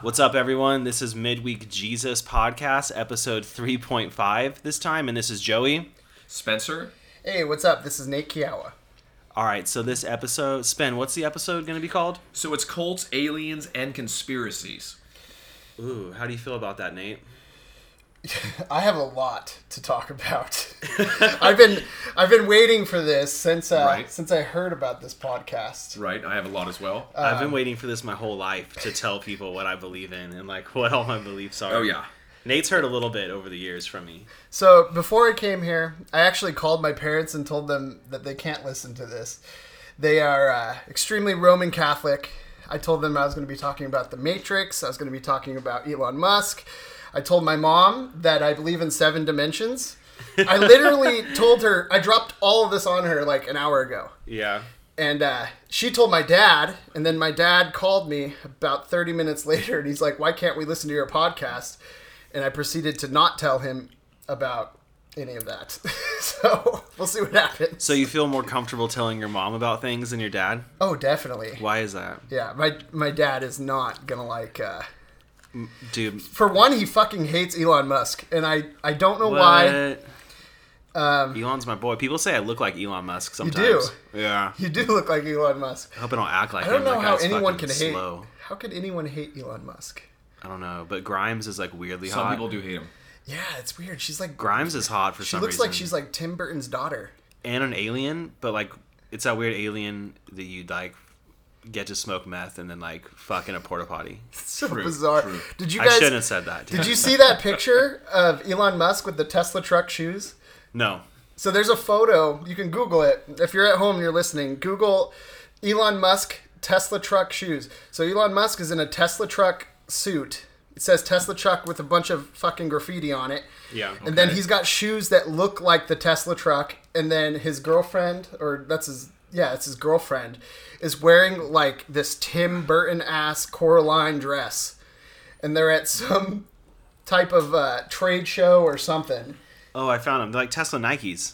What's up, everyone? This is Midweek Jesus Podcast, episode 3.5 this time, and this is Joey. Spencer? Hey, what's up? This is Nate Kiawa. All right, so this episode, Spen, what's the episode going to be called? So it's cults, aliens, and conspiracies. Ooh, how do you feel about that, Nate? I have a lot to talk about. I've been I've been waiting for this since uh, Right. since I heard about this podcast. Right, I have a lot as well. Uh, I've been waiting for this my whole life to tell people what I believe in and like what all my beliefs are. oh yeah. Nate's heard a little bit over the years from me. So before I came here, I actually called my parents and told them that they can't listen to this. They are uh, extremely Roman Catholic. I told them I was going to be talking about the Matrix. I was going to be talking about Elon Musk. I told my mom that I believe in seven dimensions. I literally told her I dropped all of this on her like an hour ago. Yeah. And uh, she told my dad, and then my dad called me about 30 minutes later, and he's like, "Why can't we listen to your podcast?" And I proceeded to not tell him about any of that. so we'll see what happens. So you feel more comfortable telling your mom about things than your dad? Oh, definitely. Why is that? Yeah, my my dad is not gonna like. Uh, Dude, for one, he fucking hates Elon Musk, and I I don't know why. what? Elon's my boy. People say I look like Elon Musk do. sometimes. Yeah. You do look like Elon Musk. I hope I don't act like I don't him. know That how guy's anyone fucking can slow. hate. How could anyone hate Elon Musk? I don't know, but Grimes is like weirdly Some hot. people do hate him. Yeah, it's weird. She's like Grimes is hot for She some looks reason. like she's like Tim Burton's daughter. and an alien, but like it's that weird alien that you like get to smoke meth and then like fuck in a porta potty. so True, bizarre. true. Did you I guys? shouldn't have said that. Did you see that picture of Elon Musk with the Tesla truck shoes? No. So there's a photo. You can Google it if you're at home and you're listening. Google Elon Musk Tesla truck shoes. So Elon Musk is in a Tesla truck suit. It says Tesla truck with a bunch of fucking graffiti on it. Yeah. And then he's got shoes that look like the Tesla truck, and then his girlfriend, or that's his, yeah, it's his girlfriend, is wearing like this Tim Burton ass Coraline dress, and they're at some type of uh, trade show or something. Oh, I found them. They're like Tesla Nikes.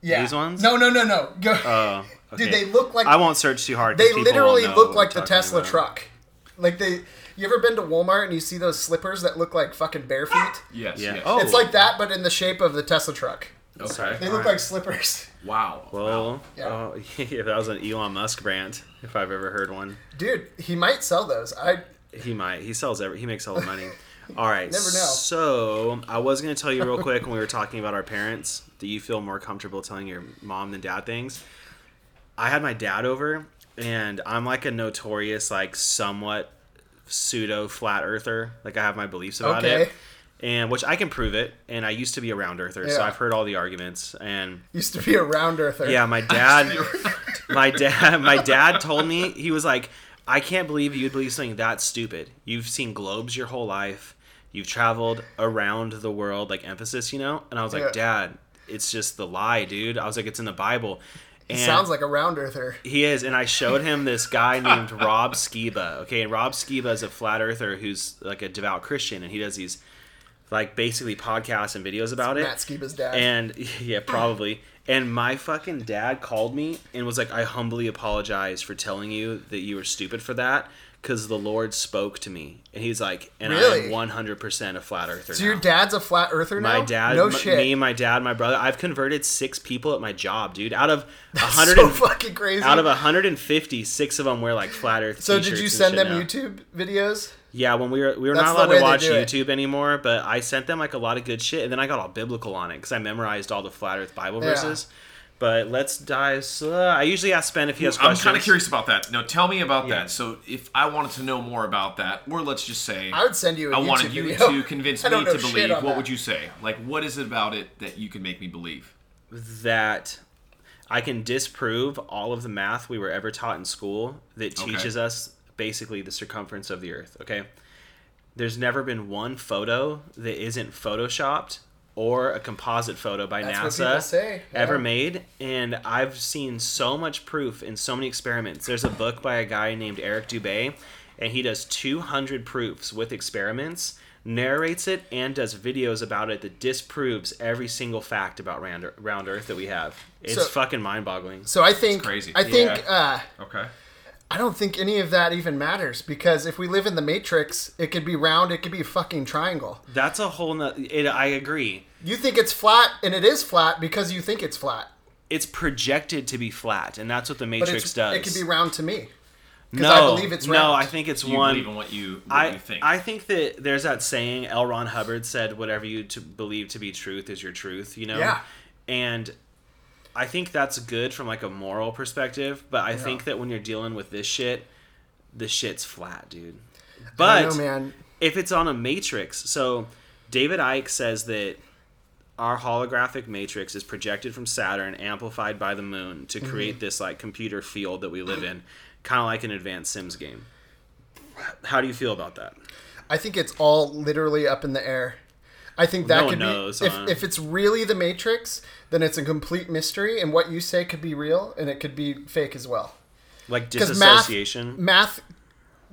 Yeah. These ones? No, no, no, no. Go. Oh, okay. Dude, they look like I won't search too hard. 'cause they people will literally know look what like we're talking the Tesla about. truck. Like they. You ever been to Walmart and you see those slippers that look like fucking bare feet? Yes. Yeah. yes. Oh. It's like that, but in the shape of the Tesla truck. Okay. Sorry. They look Alright. like slippers. Wow. Well, Yeah. oh, yeah, that was an Elon Musk brand, if I've ever heard one. Dude, he might sell those. I He might. He sells every. He makes all the money. All right. Never know. So I was gonna tell you real quick when we were talking about our parents. Do you feel more comfortable telling your mom than dad things? I had my dad over, and I'm like a notorious, like somewhat pseudo flat earther. Like I have my beliefs about it, Okay. and which I can prove it. And I used to be a round earther, so Yeah. I've heard all the arguments. And used to be a round earther. yeah, my dad, my dad, my dad told me he was like, I can't believe you'd believe something that stupid. You've seen globes your whole life. You've traveled around the world, like emphasis, you know. And I was like, Yeah. Dad, it's just the lie, dude. I was like, it's in the Bible. And Sounds like a round earther. he is, and I showed him this guy named Rob Skiba. Okay, and Rob Skiba is a flat earther who's like a devout Christian, and he does these, like basically podcasts and videos about it. Matt Skiba's dad. And yeah, probably. And my fucking dad called me and was like, I humbly apologize for telling you that you were stupid for that because the Lord spoke to me. And he's like, and Really? I'm 100% a flat earther. so your now." dad's a flat earther now? My dad, No m- shit. me, my dad, my brother. I've converted six people at my job, dude. Out of a so 100 and, fucking crazy. out of 150, six of them wear like flat earth. so did t-shirts you and send shit them now. YouTube videos? Yeah, when we were we were That's not the allowed way to they watch do it. YouTube anymore, but I sent them like a lot of good shit, and then I got all biblical on it because I memorized all the flat Earth Bible Yeah. verses. But let's dive. So, I usually ask Ben if he has I'm questions. kind of curious about that. Now, tell me about Yeah. that. So, if I wanted to know more about that, or let's just say I would send you a I YouTube wanted you video. to convince I me don't to know shit believe, on what that. would you say? Like, what is it about it that you can make me believe? that I can disprove all of the math we were ever taught in school that Okay. teaches us basically the circumference of the Earth. Okay, there's never been one photo that isn't photoshopped or a composite photo by That's what NASA people say, ever yeah. made, and I've seen so much proof in so many experiments. There's a book by a guy named Eric Dubay, and he does 200 proofs with experiments. Narrates it and does videos about it that disproves every single fact about round, round Earth that we have. It's So- fucking mind boggling. So I think crazy. I think Yeah. uh, Okay. I don't think any of that even matters because if we live in the matrix, it could be round, it could be a fucking triangle. That's a whole. No- it, I agree. You think it's flat, and it is flat because you think it's flat. It's projected to be flat, and that's what the But Matrix it's, does. it could be round to me. no, I believe it's no. round. I think it's Do you one. believe in what you what I you think? I think that there's that saying L. Ron Hubbard said, "Whatever you to believe to be truth is your truth." You know. Yeah. And I think that's good from like a moral perspective, but I think that when you're dealing with this shit, the shit's flat, dude. I But don't know, man. if it's on a matrix, so David Icke says that our holographic matrix is projected from Saturn, amplified by the moon, Mm-hmm. to create this like computer field that we live in, kind of like an advanced Sims game. How do you feel about that? I think it's all literally up in the air. I think that No could one knows, be if, huh? if it's really the Matrix, then it's a complete mystery, and what you say could be real and it could be fake as well. Like 'Cause math- disassociation. math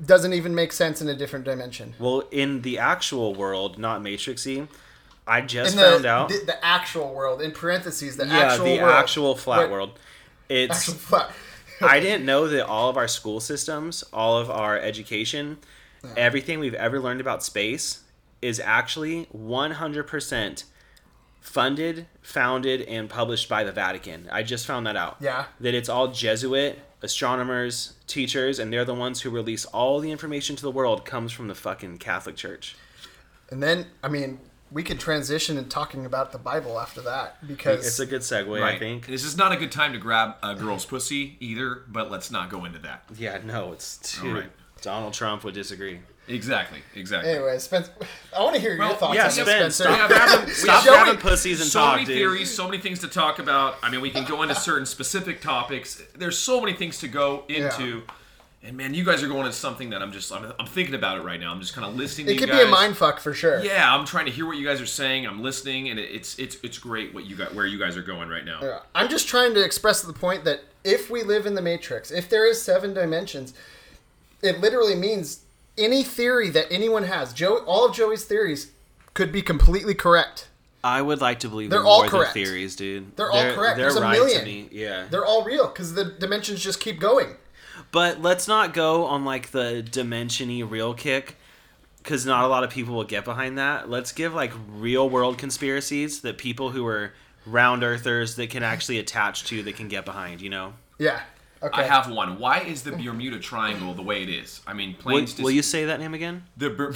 doesn't even make sense in a different dimension. well, in the actual world, not matrixy, I just in the, found out. The, the actual world, in parentheses, the yeah, actual the world. actual flat Wait, world. It's actual flat. I didn't know that all of our school systems, all of our education, everything we've ever learned about space is actually 100% funded, founded, and published by the Vatican. I just found that out. Yeah. That it's all Jesuit astronomers, teachers, and they're the ones who release all the information to the world comes from the fucking Catholic Church. And then, I mean, we can transition and talking about the Bible after that because It's a good segue, I Right. think. This is not a good time to grab a girl's pussy either, but let's not go into that. Yeah, no, it's too. Alright. Donald Trump would disagree. Exactly, exactly. anyway, Spencer. I want to hear your Well, thoughts yeah, on Spence, this, We Spencer. have, grabbing- we Stop have grabbing so pussies and so talk, many dude. theories, so many things to talk about. I mean, we can go into certain specific topics. There's so many things to go into. And man, you guys are going into something that I'm just I'm, I'm thinking about it right now. I'm just kind of listening. to It you could guys. be a mind fuck for sure. Yeah, I'm trying to hear what you guys are saying. I'm listening, and it, it's it's it's great what you got where you guys are going right now. Yeah. I'm just trying to express the point that if we live in the Matrix, if there is seven dimensions, it literally means any theory that anyone has, Joe, all of Joey's theories could be completely correct. I would like to believe They're in all more correct. than theories, dude. They're all correct. There's a million. Yeah. They're all real because the dimensions just keep going. But let's not go on like the dimensiony real kick because not a lot of people will get behind that. Let's give like real world conspiracies that people who are round earthers that can actually attach to that can get behind, you know? Yeah. Okay. I have one. Why is the Bermuda Triangle the way it is? I mean, Will, planes. will you say that name again? The Ber-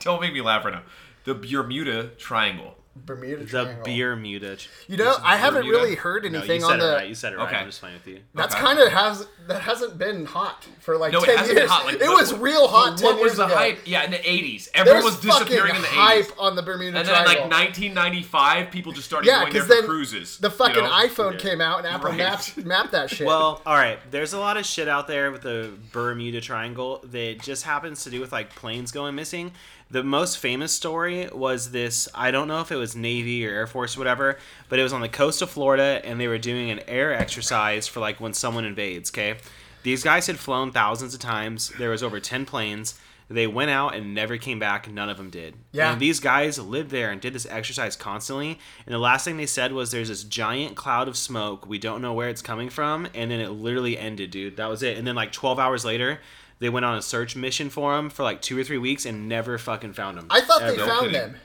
don't make me laugh right now. The Bermuda Triangle. Bermuda The Triangle. beer mutage. You know, I haven't Bermuda? really heard No, you anything said on it the. right. You said it right. Okay. I'm just playing with you. That's Okay. kind of has that hasn't been hot for like No, it ten hasn't years. been hot. Like, it what- was real hot. What 10 was years the ago. hype? Yeah, in the '80s, everyone There's was disappearing fucking in the hype '80s. on the Bermuda And then, Triangle. like 1995, people just started yeah, going there because for then cruises. the you fucking know? iPhone Yeah. came out and Apple Right. mapped mapped that shit. Well, all right. There's a lot of shit out there with the Bermuda Triangle that just happens to do with like planes going missing. The most famous story was this I don't know if it was Navy or Air Force or whatever, but it was on the coast of Florida and they were doing an air exercise for like when someone invades, okay? These guys had flown thousands of times. There was over 10 planes. They went out and never came back. None of them did. Yeah. And these guys lived there and did this exercise constantly. And the last thing they said was, "There's this giant cloud of smoke. We don't know where it's coming from." And then it literally ended, dude. That was it. And then like 12 hours later, they went on a search mission for him for like two or three weeks and never fucking found him. I thought they Ever. found kidding. them.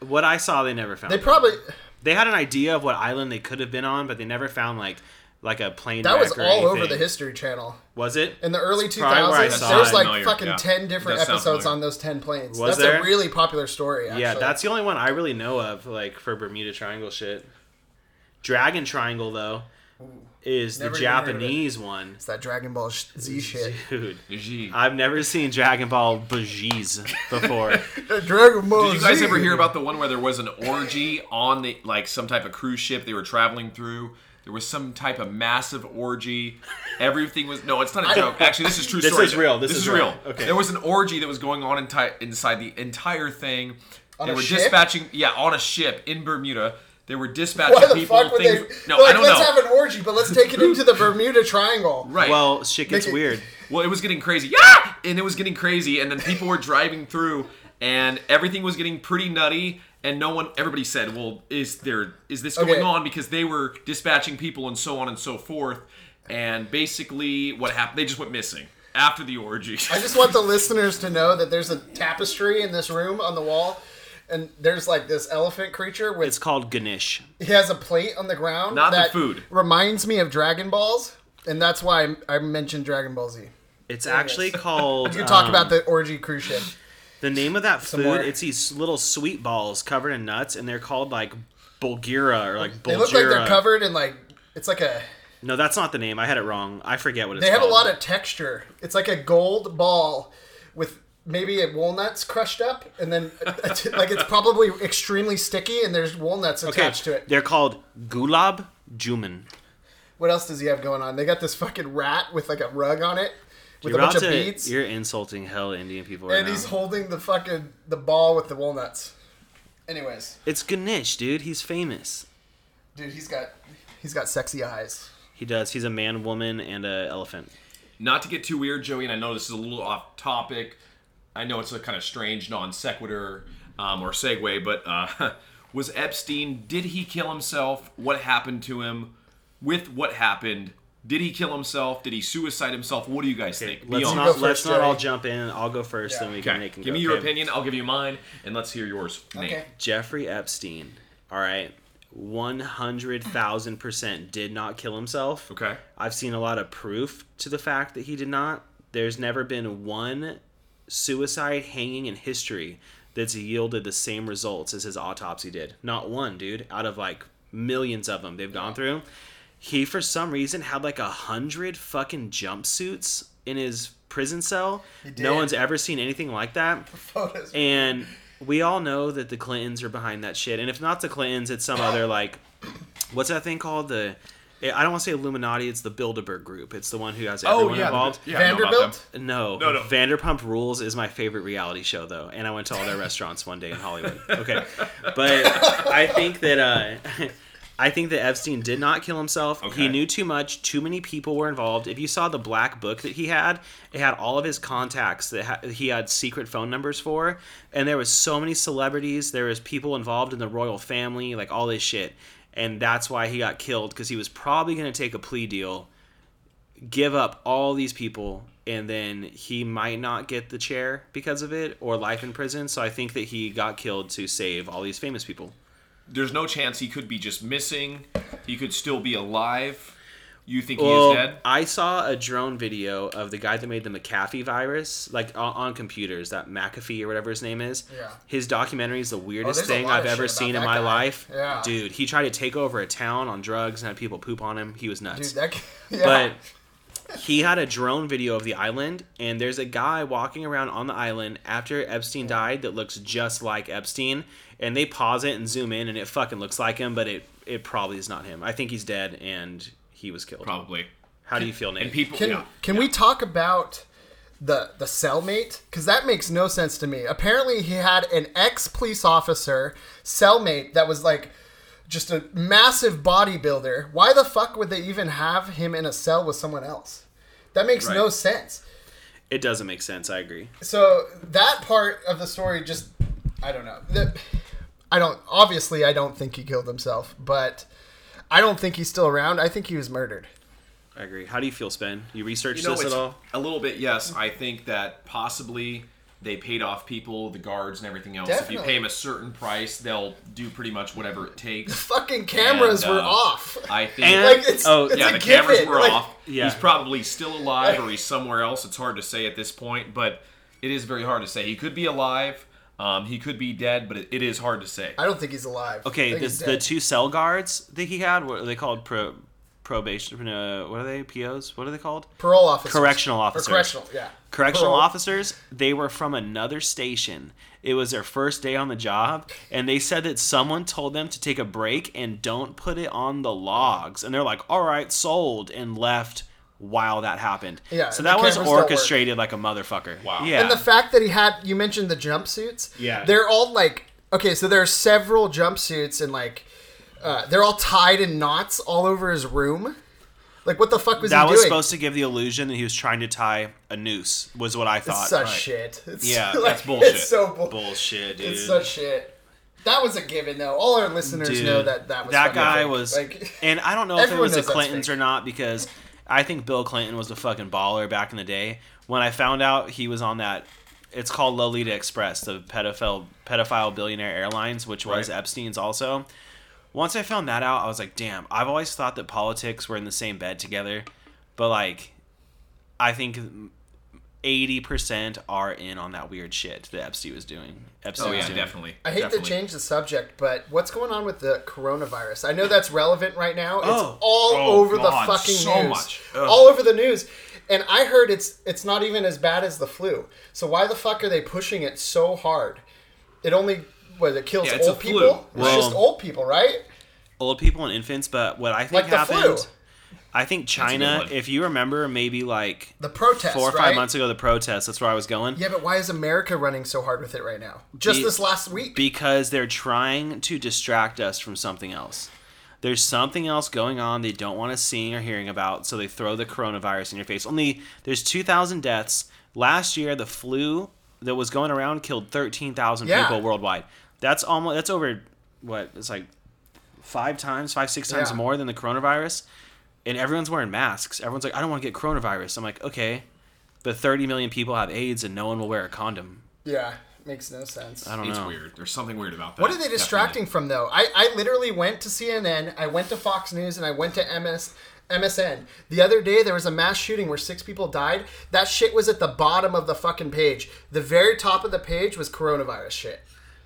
what I saw, they never found. They him. probably they had an idea of what island they could have been on, but they never found like like a plane. that wreck was or all over the anything. History Channel Was it? in the early two probably where I thousands. saw There was it. like No, you're- fucking yeah. ten different That sounds episodes familiar. on those ten planes. Was that's there? a really popular story. Actually. Yeah, that's the only one I really know of, like for Bermuda Triangle shit. Dragon Triangle though is the Never even heard of it. Japanese one. it's that Dragon Ball sh- Z shit. Dude, Gee. I've never seen Dragon Ball Bajiz before. Dragon Ball. Did you guys ever hear about the one where there was an orgy on the like some type of cruise ship they were traveling through? There was some type of massive orgy. Everything was no, it's not a joke. Actually, this is true This story. is real. This is real. Okay. There was an orgy that was going on enti- inside the entire thing. they a were ship? dispatching yeah, on a ship in Bermuda. They were dispatching Why the people fuck would they? things. No, like, I don't let's know. have an orgy, but let's take it into the Bermuda Triangle. right. well, shit gets Make it- weird. Well, it was getting crazy. Yeah! And it was getting crazy, and then people were driving through, and everything was getting pretty nutty. And no one, everybody said, "Well, is there is this going Okay. on?" Because they were dispatching people and so on and so forth. and basically what happened they just went missing after the orgy I just want the listeners to know that there's a tapestry in this room on the wall, and there's like this elephant creature with It's called Ganesh. he has a plate on the ground. Not the that food. Reminds me of Dragon Balls, and that's why I'm- I mentioned Dragon Ball Z. It's actually called. You can talk um, about the orgy cruise ship. the name of that food. more. It's these little sweet balls covered in nuts, and they're called like Bulgira or like Bulgira. They look like they're covered in like it's like a. No, that's not the name. I had it wrong. I forget what it's. They have a called. lot of texture. It's like a gold ball with maybe a walnuts crushed up, and then like it's probably extremely sticky, and there's walnuts Okay, attached to it. They're called Gulab Juman. What else does he have going on? They got this fucking rat with like a rug on it with You're a bunch about of to. beads, You're insulting hell Indian people right and now. he's holding the fucking the ball with the walnuts. Anyways, It's Ganesh, dude. He's famous. dude, he's got he's got sexy eyes. He does. He's a man, woman, and a elephant. not to get too weird, Joey, and I know this is a little off topic. I know it's a kind of strange non sequitur um, or segue, but uh, was Epstein? Did he kill himself? What happened to him? With what happened? Did he kill himself? Did he suicide himself? What do you guys think? Be Let's honest. not go first, let's not all Joey. jump in. I'll go first, Yeah. then we can okay. make. and Give go. me your Okay. opinion. I'll give you mine, and let's hear yours, Nate. Okay. Jeffrey Epstein. All right. 100,000% did not kill himself. Okay. I've seen a lot of proof to the fact that he did not. There's never been one suicide hanging in history that's yielded the same results as his autopsy did. Not one, dude, out of like millions of them they've gone through. He, for some reason, had like a hundred fucking jumpsuits in his prison cell. No did. one's ever seen anything like that. Photos. And we all know that the Clintons are behind that shit. And if not the Clintons, it's some other like, what's that thing called? The I don't want to say Illuminati. It's the Bilderberg Group. It's the one who has everyone the- involved. Oh, yeah, I know about Oh, Vanderbilt. them. No, No, no. Vanderpump Rules is my favorite reality show, though, and I went to all their restaurants one day in Hollywood. Okay, but I think that uh, I think that Epstein did not kill himself. Okay. He knew too much. Too many people were involved. If you saw the black book that he had, it had all of his contacts that ha- he had secret phone numbers for, and there was so many celebrities. There was people involved in the royal family, like all this shit, and that's why he got killed because he was probably going to take a plea deal give up all these people and then he might not get the chair because of it or life in prison so i think that he got killed to save all these famous people There's no chance he could be just missing. He could still be alive. You think he is dead? i saw a drone video of the guy that made the mcafee virus like on, on computers that mcafee or whatever his name is Yeah. Oh, his documentary is the weirdest there's a thing lot i've of ever shit about seen in that my guy. life Yeah. dude he tried to take over a town on drugs and had people poop on him he was nuts Dude, that. Yeah. but he had a drone video of the island and there's a guy walking around on the island after epstein died that looks just like epstein and they pause it and zoom in and it fucking looks like him but it it probably is not him i think he's dead and he was killed Probably. how do you feel And nate people. Can yeah. can we talk about the the cellmate? Because that makes no sense to me. Apparently, he had an ex police officer cellmate that was like just a massive bodybuilder. Why the fuck would they even have him in a cell with someone else? That makes no Right. sense. it doesn't make sense i agree So that part of the story just I don't know. The- I don't obviously I don't think he killed himself, but I don't think he's still around. I think he was murdered. i agree how do you feel spen you researched You know, this at it's all a little bit, yes. I think that possibly they paid off people, the guards, and everything else. If you Definitely. pay them a certain price, they'll do pretty much whatever it takes. Fucking cameras And, were uh, off. I think. And- like it's, Oh, it's yeah, a the cameras given. were Like, off. Yeah. He's probably still alive or he's somewhere else. It's hard to say at this point, but it is very hard to say. He could be alive. Um, he could be dead, but it, it is hard to say. I don't think he's alive. I okay think this, he's the dead. two cell guards that he had what are they called pro probation uh, what are they pos what are they called parole officers, correctional Or officers. correctional, yeah, Correctional Parole. officers, they were from another station. It was their first day on the job, and they said that someone told them to take a break and don't put it on the logs. And they're like, all right, sold, and left while that happened. Yeah, So and the that was cameras don't work. orchestrated like a motherfucker. Wow. Yeah. And the fact that he had, you mentioned the jumpsuits. Yeah. they're all like okay, so there are several jumpsuits and like uh, they're all tied in knots all over his room. Like what the fuck was that he was doing? supposed to give the illusion that he was trying to tie a noose, was what I thought. it's such Right. shit. It's Yeah, like, that's bullshit. It's so bull- Bullshit, dude. It's such shit. That was a given though. All our listeners Dude, know that that was fucking guy fake. was, like and I don't know if it Everyone was the knows that's Clintons fake. or not because I think Bill Clinton was a fucking baller back in the day. When I found out he was on that, it's called Lolita Express, the pedophile pedophile billionaire airlines, which was Right. Epstein's also. Once I found that out, I was like, damn. I've always thought that politics were in the same bed together, but like, I think. 80% are in on that weird shit that Epstein was doing. Epstein Oh was yeah, doing. definitely. I hate definitely. to change the subject, but what's going on with the coronavirus? I know that's relevant right now. It's Oh. all Oh, over God, the fucking so news. much. Ugh. All over the news. And I heard it's it's not even as bad as the flu. So why the fuck are they pushing it so hard? It only what it kills Yeah, it's old a people. flu. Well- it's just old people, right? old people and infants, but what I think Like the happened, flu. I think a good China, one. if you remember, maybe like The protest, four or five right? months ago, the protests. That's where I was going. Yeah, but why is America running so hard with it right now? Just Be- this last week. Because they're trying to distract us from something else. There's something else going on they don't want us seeing or hearing about, so they throw the coronavirus in your face. Only there's 2,000 deaths. Last year, the flu that was going around killed 13,000 Yeah. people worldwide. That's almost that's over what it's like five times, five six times Yeah. more than the coronavirus. And everyone's wearing masks. Everyone's like, I don't want to get coronavirus. I'm like, okay, but 30 million people have AIDS and no one will wear a condom. yeah, makes no sense. I don't It's know. weird. There's something weird about that. What are they distracting from though? I, I literally went to CNN, I went to Fox News, and I went to MS MSN. The other day there was a mass shooting where six people died. That shit was at the bottom of the fucking page. The very top of the page was coronavirus shit.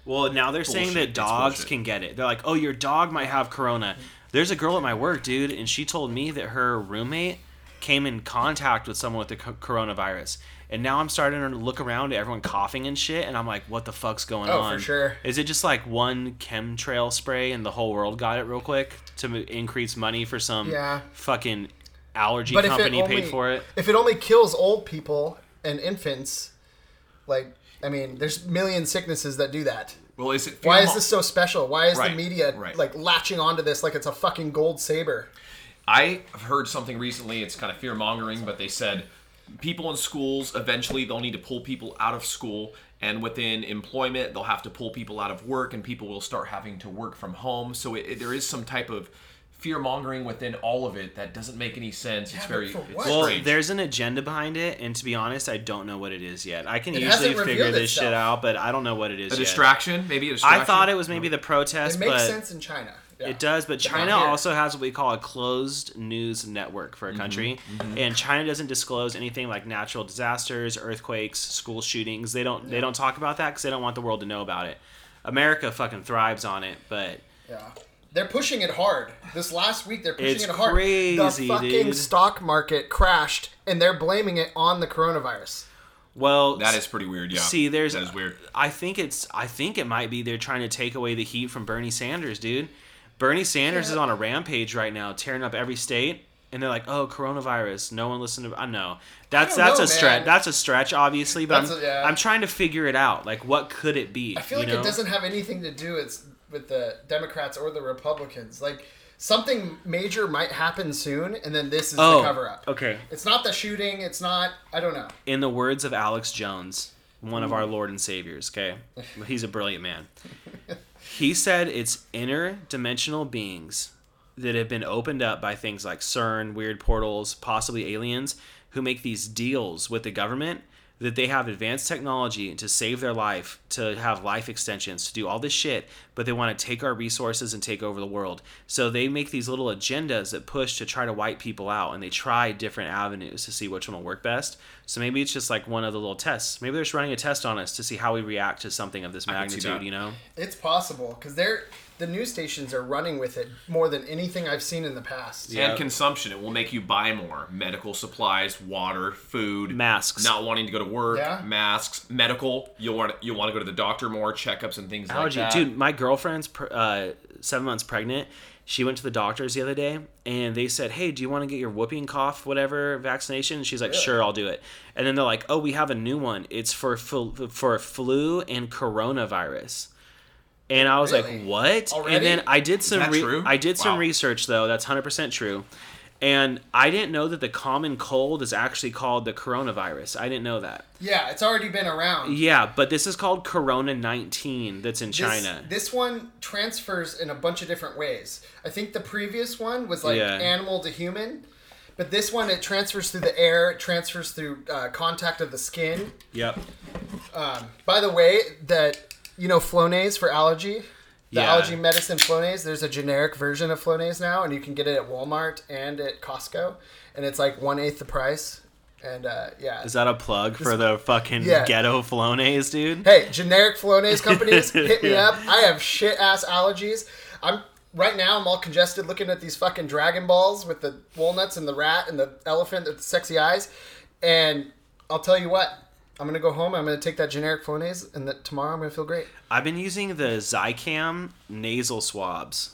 Well, now they're saying Bullshit. that It's dogs bullshit. can get it. They're like, oh, your dog might have corona. There's a girl at my work, dude, and she told me that her roommate came in contact with someone with the co- coronavirus. And now I'm starting to look around at everyone coughing and shit, and I'm like, what the fuck's going Oh, for on? sure. Is it just like one chemtrail spray and the whole world got it real quick to m- increase money for some Yeah. fucking allergy But company if it only, paid for it? If it only kills old people and infants, like I mean, there's a million sicknesses that do that. Well, is it? Why fear is mo- this so special? Why is Right, the media right. like latching onto this like it's a fucking gold saber? I have heard something recently. It's kind of fear mongering, but they said people in schools eventually they'll need to pull people out of school, and within employment they'll have to pull people out of work, and people will start having to work from home. So it, it- there is some type of fear mongering within all of it that doesn't make any sense. it's but very for it's what? Well, strange. there's an agenda behind it, and to be honest, I don't know what it is yet. I can usually hasn't figure revealed this shit itself. out, but I don't know what it is. a yet. distraction, maybe a distraction. I thought it was maybe the protest, It makes but sense in China. Yeah. it does. But China here. also has what we call a closed news network Mm-hmm, for a country, and China doesn't disclose anything like natural disasters, earthquakes, school shootings. They don't. They don't talk about that because they don't want the world to know about it. America fucking thrives on it, but Yeah. They're pushing it hard. This last week, they're pushing It's it hard. crazy, the fucking dude. stock market crashed, and they're blaming it on the coronavirus. well, that is pretty weird. Yeah. See, there's that is weird. I think it's I think it might be they're trying to take away the heat from Bernie Sanders, dude. Bernie Sanders is on a rampage right now, tearing up every state, and they're like, "Oh, coronavirus." No one listened to. I know that's I don't that's a know, stretch. man. That's a stretch, obviously. But I'm, That's a- yeah. I'm trying to figure it out. Like, what could it be? I feel like it doesn't have anything to do it's with the Democrats or the Republicans. Like, something major might happen soon, and then this is Oh, the cover up. okay. It's not the shooting. It's not, I don't know. In the words of Alex Jones, one Mm. of our Lord and Saviors, okay? He's a brilliant man. He said it's interdimensional beings that have been opened up by things like CERN, weird portals, possibly aliens, who make these deals with the government that they have advanced technology to save their life, to have life extensions, to do all this shit, but they want to take our resources and take over the world. So they make these little agendas that push to try to wipe people out and they try different avenues to see which one will work best. So maybe it's just like one of the little tests. Maybe they're just running a test on us to see how we react to something of this can see magnitude, that. you know? It's possible because they're the news stations are running with it more than anything I've seen in the past. Yeah. And consumption, it will make you buy more medical supplies, water, food, Masks. not wanting to go to work, Yeah. masks, medical. You'll want you'll want to go to the doctor more, checkups and things allergy, like that. dude. My girlfriend's pr- uh, seven months pregnant. She went to the doctors the other day, and they said, "Hey, do you want to get your whooping cough, whatever vaccination?" And she's like, "Sure, I'll do it." And then they're like, "Oh, we have a new one. It's for flu, for flu and coronavirus." And I was Really? like, "What?" Already? And then I did some that re- true? I did some Wow. research though. That's hundred percent true. And I didn't know that the common cold is actually called the coronavirus. I didn't know that. Yeah, it's already been around. Yeah, but this is called Corona 19 that's in China. This, this one transfers in a bunch of different ways. I think the previous one was like Yeah. animal to human, But this one, it transfers through the air, it transfers through uh, contact of the skin. Yep. By the way, that you know Flonase for allergy, the Yeah. allergy medicine Flonase. There's a generic version of Flonase now, and you can get it at Walmart and at Costco, and it's like one eighth the price. And uh, yeah, Is that a plug for the fucking Yeah. ghetto Flonase, dude? hey, generic Flonase companies, hit me Yeah. up. I have shit ass allergies. I'm right now. I'm all congested looking at these fucking Dragon Balls with the walnuts and the rat and the elephant with the sexy eyes. And I'll tell you what, I'm gonna go home. I'm gonna take that generic Flonase, and that tomorrow I'm gonna feel great. I've been using the Zycam nasal swabs.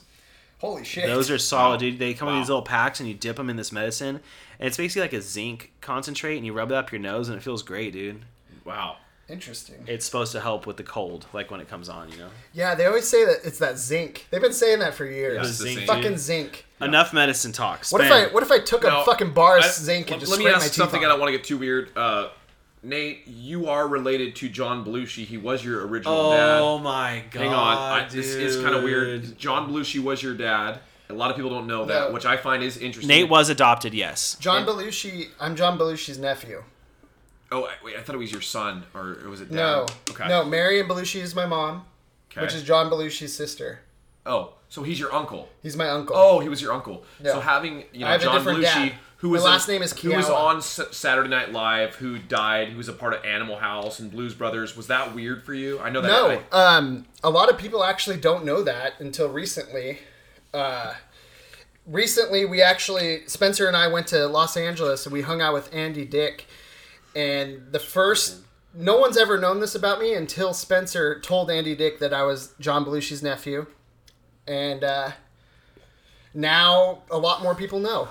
Holy shit! Those are solid, dude. They come in Wow. these little packs, and you dip them in this medicine, and it's basically like a zinc concentrate, and you rub it up your nose, and it feels great, dude. Wow. interesting. It's supposed to help with the cold, like when it comes on, you know. Yeah, they always say that it's that zinc. They've been saying that for years. Yeah, it's the Zinc, same. dude. fucking zinc. Enough medicine talk. What if Spend. I what if I took Now, a fucking bar of I- zinc and let- just let me sprayed my ask teeth something. on? I don't want to get too weird. Uh, Nate, you are related to John Belushi. He was your original Oh dad. my god! Hang on, I, this is kind of dude. weird. John Belushi was your dad. A lot of people don't know that, No. which I find is interesting. Nate was adopted, yes. John Belushi. I'm John Belushi's nephew. Oh I- wait, I thought it was your son, or was it dad? No, Okay. no. Marion Belushi is my mom, Okay. which is John Belushi's sister. oh, so he's your uncle. He's my uncle. Oh, he was your uncle. No. So having you know I have a John different Belushi, dad. who My was last on- name is who was Kiala. on S- Saturday Night Live, who died, who was a part of Animal House and Blues Brothers. Was that weird for you? I know that. no. I- Um, a lot of people actually don't know that until recently. Uh, recently, we actually Spencer and I went to Los Angeles and we hung out with Andy Dick, and the first. No one's ever known this about me until Spencer told Andy Dick that I was John Belushi's nephew, and uh, now a lot more people know.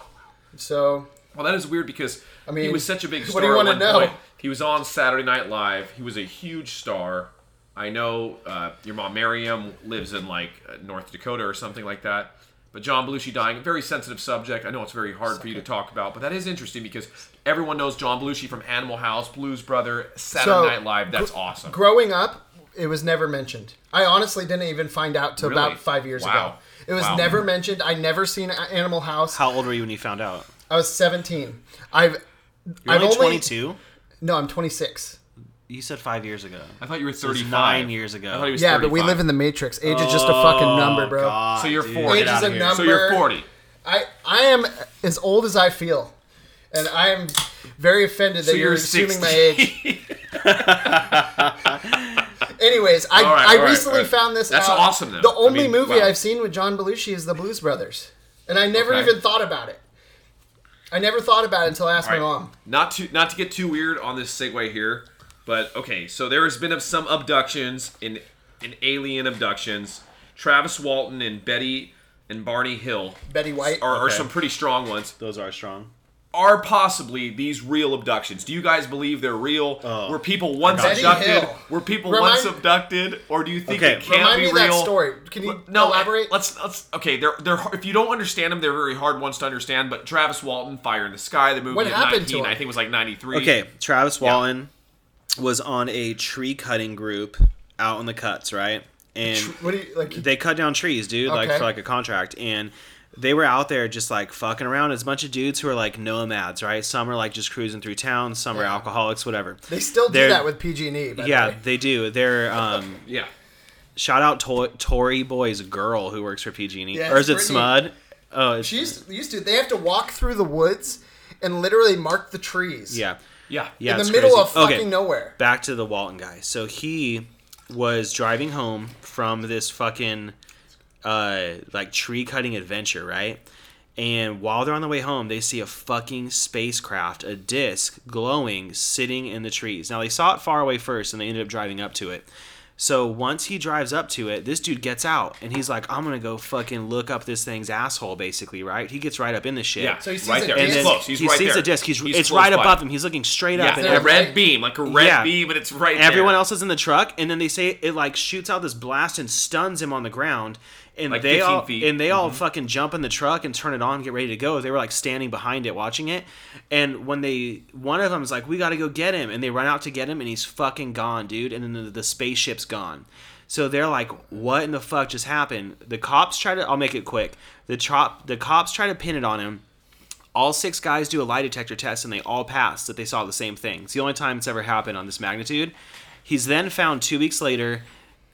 So well, that is weird because I mean, he was such a big what star. do you want wanna to know? He was on Saturday Night Live. He was a huge star. I know uh, your mom Miriam lives in like uh, North Dakota or something like that. But John Belushi dying, a very sensitive subject. I know it's very hard for you to talk about, but that is interesting because everyone knows John Belushi from Animal House, Blues Brother, Saturday So, Night Live. That's awesome. growing up, it was never mentioned. I honestly didn't even find out till Really? about five years Wow. ago. It was Wow. never mentioned. I never seen A- Animal House. How old were you when you found out? I was seventeen. I've You're I've only only- 22. no, I'm twenty six. You said five years ago. I thought you were was 35. nine years ago. I thought he was Yeah, but we 35. live in the Matrix. Age is just a fucking number, bro. God, So you're dude. 40. Get out of Ages here. of num- So you're Number- 40. I I am as old as I feel, and I am very offended that So you're, you're assuming 60. my age. Anyways, I, All right, all I right, recently all right. found this. That's out. awesome, though. The I only mean, movie wow. I've seen with John Belushi is The Blues Brothers, and I never Okay. even thought about it. I never thought about it until I asked my All right. mom. Not to not to get too weird on this segue here, but okay. So there has been some abductions in in alien abductions. Travis Walton and Betty and Barney Hill Betty White. are, are Okay. some pretty strong ones. Those are strong. Are possibly these real abductions? Do you guys believe they're real? were people once Oh, got you. abducted? Betty Hill. Were people Remind- once abducted, or do you think Okay, it can Remind be me of real? that story. Can you No, elaborate? Let's let's okay. They're they're if you don't understand them, they're very hard ones to understand. But Travis Walton, Fire in the Sky, the movie What in happened to 19, him? I think it was like ninety three. Okay, Travis Wallen was on a tree cutting group out in the cuts, right? And What do you like? they cut down trees, dude, like Okay. for like a contract. And they were out there just like fucking around. It's a bunch of dudes who are like nomads, right? Some are like just cruising through town. Some are Yeah. alcoholics, whatever. They still do They're- that with PG&E. E, By yeah, The way. they do. They're um, Yeah. shout out to- Tori Boy's girl who works for PG&E, Yeah, E. or is it it's Smud? Brittany. Oh, it's, She used, used to. They have to walk through the woods and literally mark the trees. yeah, Yeah. yeah. in it's the middle crazy. of fucking Okay. nowhere. back to the Walton guy. So he was driving home from this fucking uh like tree cutting adventure, right? And while they're on the way home, they see a fucking spacecraft, a disc glowing sitting in the trees. Now they saw it far away first and they ended up driving up to it. So once he drives up to it, this dude gets out and he's like, I'm gonna go fucking look up this thing's asshole, basically, right? He gets right up in this shit. Yeah. So he sees right a there. disc. and He's then close. He's he right sees there. a disc. He's, He's it's close right by. above him. He's looking straight Yeah. up. And a every- red beam, like a red Yeah. beam, and it's right. Everyone there. else is in the truck, and then they say it like shoots out this blast and stuns him on the ground. And Like they 15 all feet. Mm-hmm. and they all fucking jump in the truck and turn it on, and get ready to go. They were like standing behind it, watching it. And when they one of them's like, "We got to go get him," and they run out to get him, and he's fucking gone, dude. And then the, the spaceship's gone. So they're like, "What in the fuck just happened?" The cops try to. I'll make it quick. The chop. The cops try to pin it on him All six guys do a lie detector test and they all pass that they saw the same thing. It's the only time it's ever happened on this magnitude. He's then found two weeks later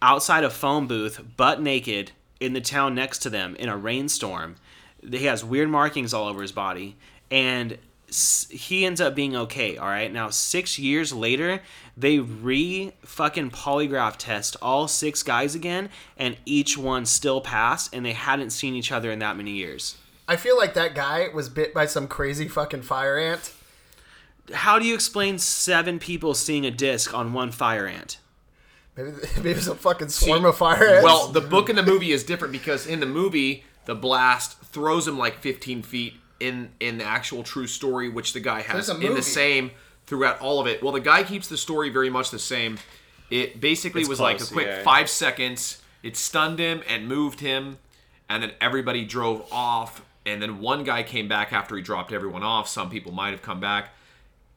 outside a phone booth, butt naked, in the town next to them in a rainstorm. He has weird markings all over his body, and s- he ends up being okay. All right, now six years later, they re fucking polygraph test all six guys again, and each one still passed, and they hadn't seen each other in that many years. I feel like that guy was bit by some crazy fucking fire ant. How do you explain seven people seeing a disc on one fire ant? Maybe maybe it's a fucking swarm of fire ants. Well, the book and the movie is different because in the movie, the blast throws him like 15 feet in in the actual true story, which the guy has There's a in movie. the same throughout all of it. Well, the guy keeps the story very much the same. It basically It's was like close, a quick yeah. five seconds. It stunned him and moved him, and then everybody drove off. And then one guy came back after he dropped everyone off. Some people might have come back,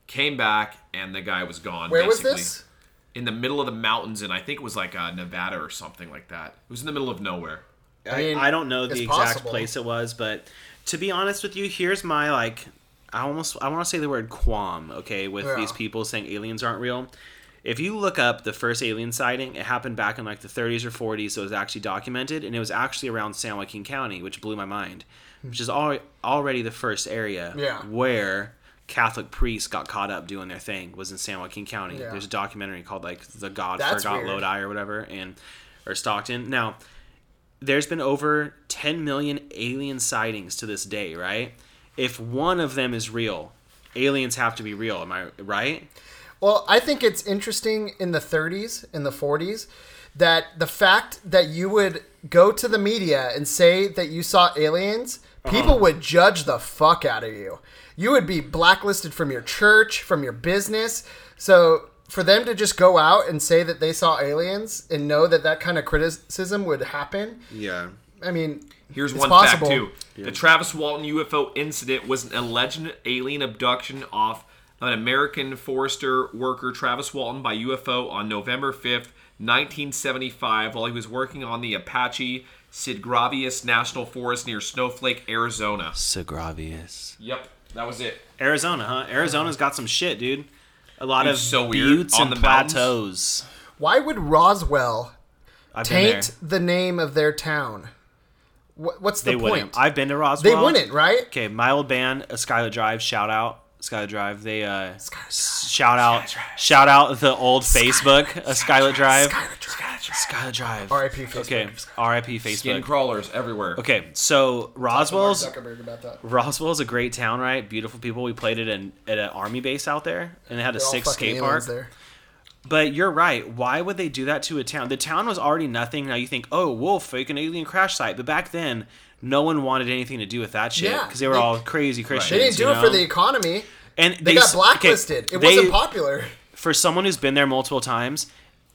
came back, and the guy was gone. where was basically this? in the middle of the mountains, and I think it was like uh, Nevada or something like that. It was in the middle of nowhere. I, mean, I don't know it's the exact possible. place it was, but to be honest with you, here's my like I almost I want to say the word qualm, okay, with Yeah. these people saying aliens aren't real. If you look up the first alien sighting, it happened back in like the 30s or 40s, so it was actually documented, and it was actually around San Joaquin County, which blew my mind, which is al- already the first area Hmm. Yeah. where Catholic priests got caught up doing their thing was in San Joaquin County. Yeah. There's a documentary called like The God That's Forgot weird. Lodi or whatever, and or Stockton. Now, there's been over 10 million alien sightings to this day, right? If one of them is real, aliens have to be real. Am I right? Well, I think it's interesting in the 30s, in the 40s, that the fact that you would go to the media and say that you saw aliens, Uh-huh. people would judge the fuck out of you. You would be blacklisted from your church, from your business. So for them to just go out and say that they saw aliens and know that that kind of criticism would happen, Yeah. I mean, Here's it's one possible. fact too: the Travis Walton UFO incident was an alleged alien abduction off an American forester worker Travis Walton by UFO on November 5th, 1975, while he was working on the Apache Sidgravius National Forest near Snowflake, Arizona. Sagravius. Yep, that was it. Arizona, huh? Arizona's got some shit, dude. A lot Dude, of so weird. buttes On and the mountains. plateaus. Why would Roswell I've been taint there. the name of their town? Wh- What's the They point? wouldn't. I've been to Roswell. they wouldn't, right? Okay, my old band, uh, Skylar Drive, shout out. Skylar Drive, they uh, shout out, shout out the old Facebook, uh, Skylar Drive, Skylar Drive, R.I.P. Facebook. Okay, R.I.P. Facebook. Skin crawlers everywhere. Okay, so Roswell's Zuckerberg about that. Roswell's a great town, right? Beautiful people. We played it in, at an army base out there, and they had a They're all six fucking skate park. aliens there. But you're right. Why would they do that to a town? The town was already nothing. Now you think, oh, wolf, fake an alien crash site. But back then, no one wanted anything to do with that shit Yeah, because they were they- all crazy They Christians. didn't do you it for know? the economy. and They, s- got okay, blacklisted. it they- wasn't popular. for someone who's been there multiple times,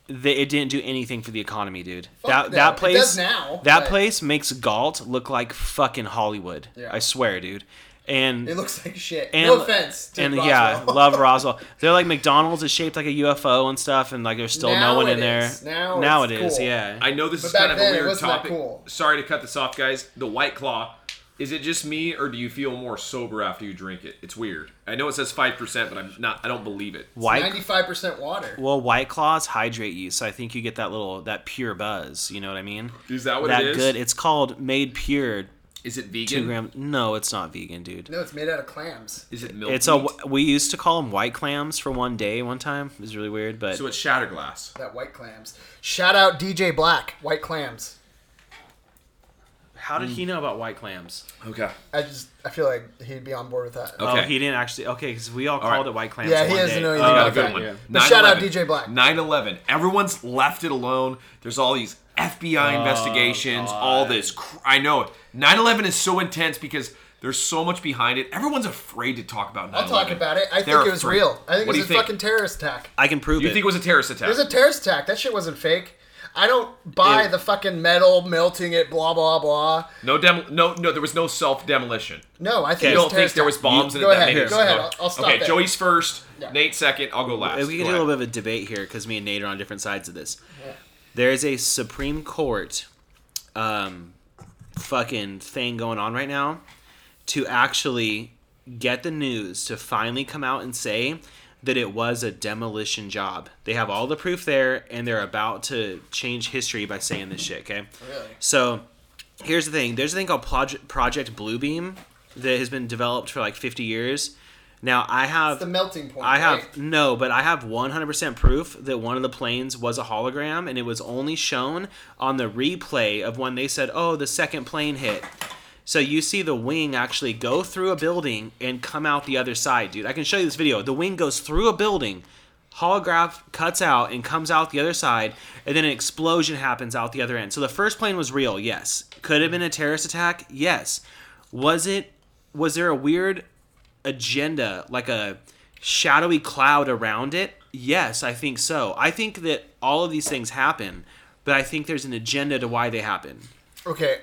they, it didn't do anything for the economy, dude. that no, that it place does now, that but- place makes Galt look like fucking Hollywood. Yeah. I swear, dude. And It looks like shit. and, no offense. To and Roswell. yeah, love Roswell. They're like McDonald's is shaped like a UFO and stuff, and like there's still Now no one it in there. is. Now it it's is, cool. yeah. I know this is back kind of then, a it weird wasn't that topic. cool. Sorry to cut this off, guys. The White Claw. Is it just me, or do you feel more sober after you drink it? It's weird. I know it says five percent, but I'm not. I don't believe it. White ninety-five percent water. well, White Claws hydrate you, so I think you get that little that pure buzz. You know what I mean? Is that what that it is? good? It's called made pure. Is it vegan? Two gram. No, it's not vegan, dude. No, it's made out of clams. Is it milk? It's a. meat? We used to call them white clams for one day, one time. It was really weird, but so it's shatter glass. That white clams. Shout out DJ Black. White clams. how did he know about white clams? Okay. I just I feel like he'd be on board with that. Oh, Okay. he didn't actually. Okay, because we all, right. called it white clams. Yeah, he one doesn't day. know Oh, anything I got a about good that. one. Yeah. But shout out 9/11. DJ Black. 9/11. Everyone's left it alone. There's all these FBI Oh, investigations. All this. Cr- I know it. 9/11 is so intense because there's so much behind it. Everyone's afraid to talk about 9/11. I'll talk about it. I They're think it was afraid. real. I think What do it was a you think? fucking terrorist attack. I can prove You it. think it was a terrorist attack? It was a terrorist attack. That shit wasn't fake. I don't buy Ew. the fucking metal melting it. Blah blah blah. No dem- no no there was no self demolition. No, I You think. it was don't think terrorist there was attack. bombs in Go it ahead, that made here, it- go ahead, I'll- I'll stop okay, there. Joey's first, Yeah. Nate second, I'll go last. we Go can do a ahead. little bit of a debate here because me and Nate are on different sides of this. There is a Supreme Court, um, fucking thing going on right now to actually get the news to finally come out and say that it was a demolition job. They have all the proof there, and they're about to change history by saying this shit. Okay. Really? So here's the thing. There's a thing called Project Project Bluebeam that has been developed for like 50 years. Now I have the melting point. I have right? no, but I have 100% proof that one of the planes was a hologram, and it was only shown on the replay of when they said, "Oh, the second plane hit." So you see the wing actually go through a building and come out the other side, dude. I can show you this video. The wing goes through a building, holograph cuts out and comes out the other side, and then an explosion happens out the other end. So the first plane was real, yes. Could have been a terrorist attack, yes. Was it? Was there a weird agenda, like a shadowy cloud around it? Yes, I think so. I think that all of these things happen, but I think there's an agenda to why they happen. Okay.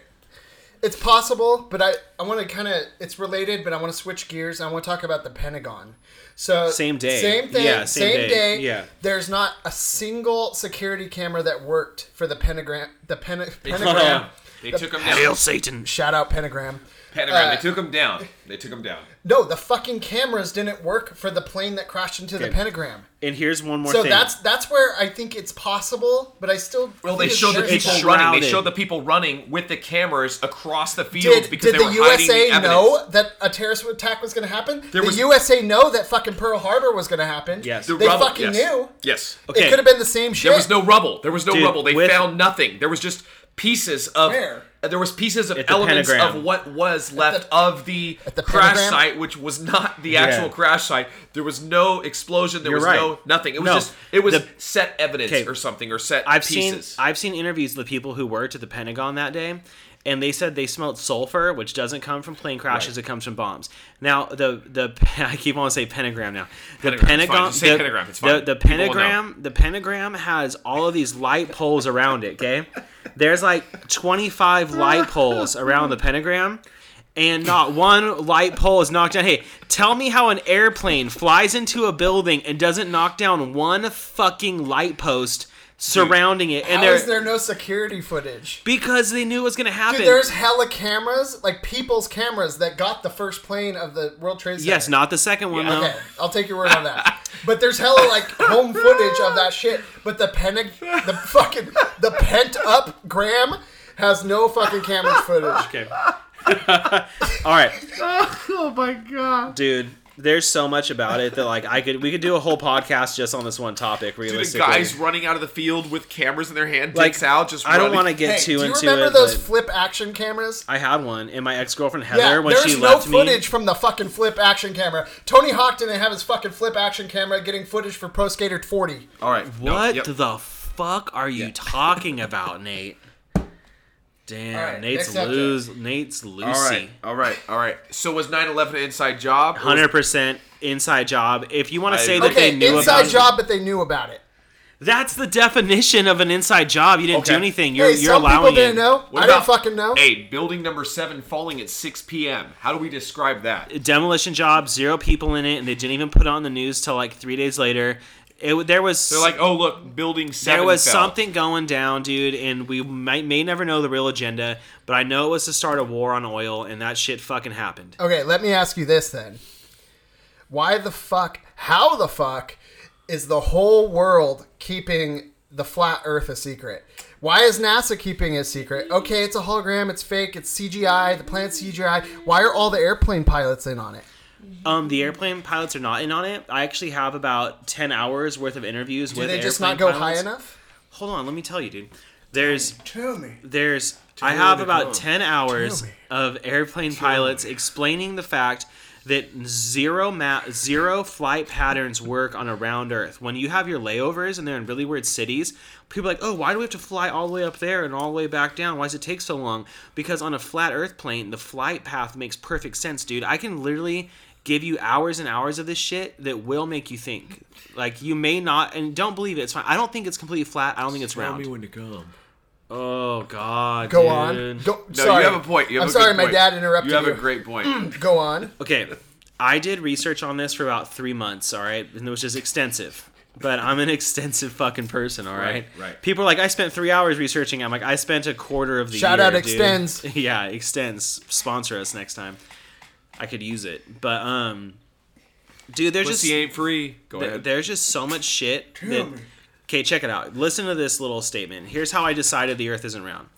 It's possible, but I, I want to kind of it's related, but I want to switch gears. I want to talk about the Pentagon. So Same day. same thing, Yeah, same, day. Yeah. There's not a single security camera that worked for the pentagram. The pen, pentagram. They took him Hail down. Satan! Shout out pentagram. Pentagram. they took him down. They took him down. No, the fucking cameras didn't work for the plane that crashed into the pentagram. And here's one more So thing. that's that's where I think it's possible, but I still Well, they think it's showed the very people possible. shrouded. running. They showed the people running with the cameras across the fields Did, because did they the were USA hiding the know evidence. that a terrorist attack was going to happen? the was- USA know that fucking Pearl Harbor was going to happen. Yes. they rubble- fucking yes. knew. Yes. Okay. It could have been the same shit. There was no rubble. There was no Dude, rubble. They with- found nothing. There was just pieces of. uh, Where? There was pieces of At the elements pentagram. of what was left of the, the crash pentagram? site, which was not the actual crash site. There was no explosion. There You're was right. no nothing. It was No. just it was The- set evidence 'Kay. or something or set I've pieces. seen I've seen interviews of the people who worked at the Pentagon that day, and they said they smelled sulfur, which doesn't come from plane crashes; it comes from bombs. Now the the I keep on saying pentagram now. The Pentagram, it's fine. pentagon, Just say the, pentagram, it's the, fine. the People will pentagram, the pentagram has all of these light poles around it. Okay, there's like 25 light poles around the pentagram. And not one light pole is knocked down. Hey, tell me how an airplane flies into a building and doesn't knock down one fucking light post surrounding it. And How they're is there no security footage? because they knew it was gonna happen. Dude, there's hella cameras, like people's cameras that got the first plane of the World Trade Center. yes, not the second one though. Okay, I'll take your word on that. But there's hella like home footage of that shit. But the pent, the fucking the pent up Graham has no fucking camera footage. Okay. All right, Oh my god. dude. There's so much about it that like I could we could do a whole podcast just on this one topic. the Realistically, guys running out of the field with cameras in their hand, Like, dicks out, just I don't want running. to get Hey, too do you into remember it. those but flip action cameras? I had one, and my ex girlfriend Heather Yeah, when she there's no left footage me. from the fucking flip action camera. Tony Hawk didn't have his fucking flip action camera getting footage for Pro Skater 40. All right. No, What yep. the fuck are you talking about, Nate? Damn, All right, Nate's next subject. lose. Nate's Lucy. All right. All right. All right. So was 9/11 an inside job? or was- Hundred percent inside job. If you want to I say agree. that Okay, they knew inside about it, job, but they knew about it. That's the definition of an inside job. You didn't do Okay. anything. You're, hey, you're some allowing people it. didn't know. What I about- didn't fucking know. Hey, building number seven falling at 6 p.m. How do we describe that? Demolition job, zero people in it, and they didn't even put it on the news till like three days later. It w- there was They're like, oh look, building seven. there was fell. something going down, dude, and we might may never know the real agenda, but I know it was to start a war on oil, and that shit fucking happened. Okay, let me ask you this then. Why the fuck, how the fuck is the whole world keeping the flat earth a secret? Why is NASA keeping it a secret? Okay, it's a hologram, it's fake, it's CGI, the planet's CGI. Why are all the airplane pilots in on it? Um, the airplane pilots are not in on it. I actually have about ten hours worth of interviews Do with. they just not go airplane high pilots. enough? Hold on, let me tell you, dude. There's Tell me. there's I have me, about come. 10 hours Tell me. of airplane pilots explaining the fact that zero ma- zero flight patterns work on a round earth. When you have your layovers and they're in really weird cities, people are like, "Oh, why do we have to fly all the way up there and all the way back down? Why does it take so long?" Because on a flat earth plane, the flight path makes perfect sense, dude. I can literally give you hours and hours of this shit that will make you think. Like you may not and don't believe it. It's fine. I don't think it's completely flat. I don't think it's round. when to come. Oh God. Go dude. on. Go, No, sorry. you have a point. You have I'm a good sorry, my point. dad interrupted You you. have a great point. Go on. Okay, I did research on this for about three months. All right, and which is extensive. But I'm an extensive fucking person. All right. Right, right. People are like, I spent three hours researching. I'm like, I spent a quarter of the Shout year. out dude." Extends. yeah, extends. Sponsor us next time. I could use it. But um, dude, there's Pussy just ain't free. Go Th- ahead. There's just so much shit. That, okay, check it out. Listen to this little statement. Here's how I decided the Earth isn't round.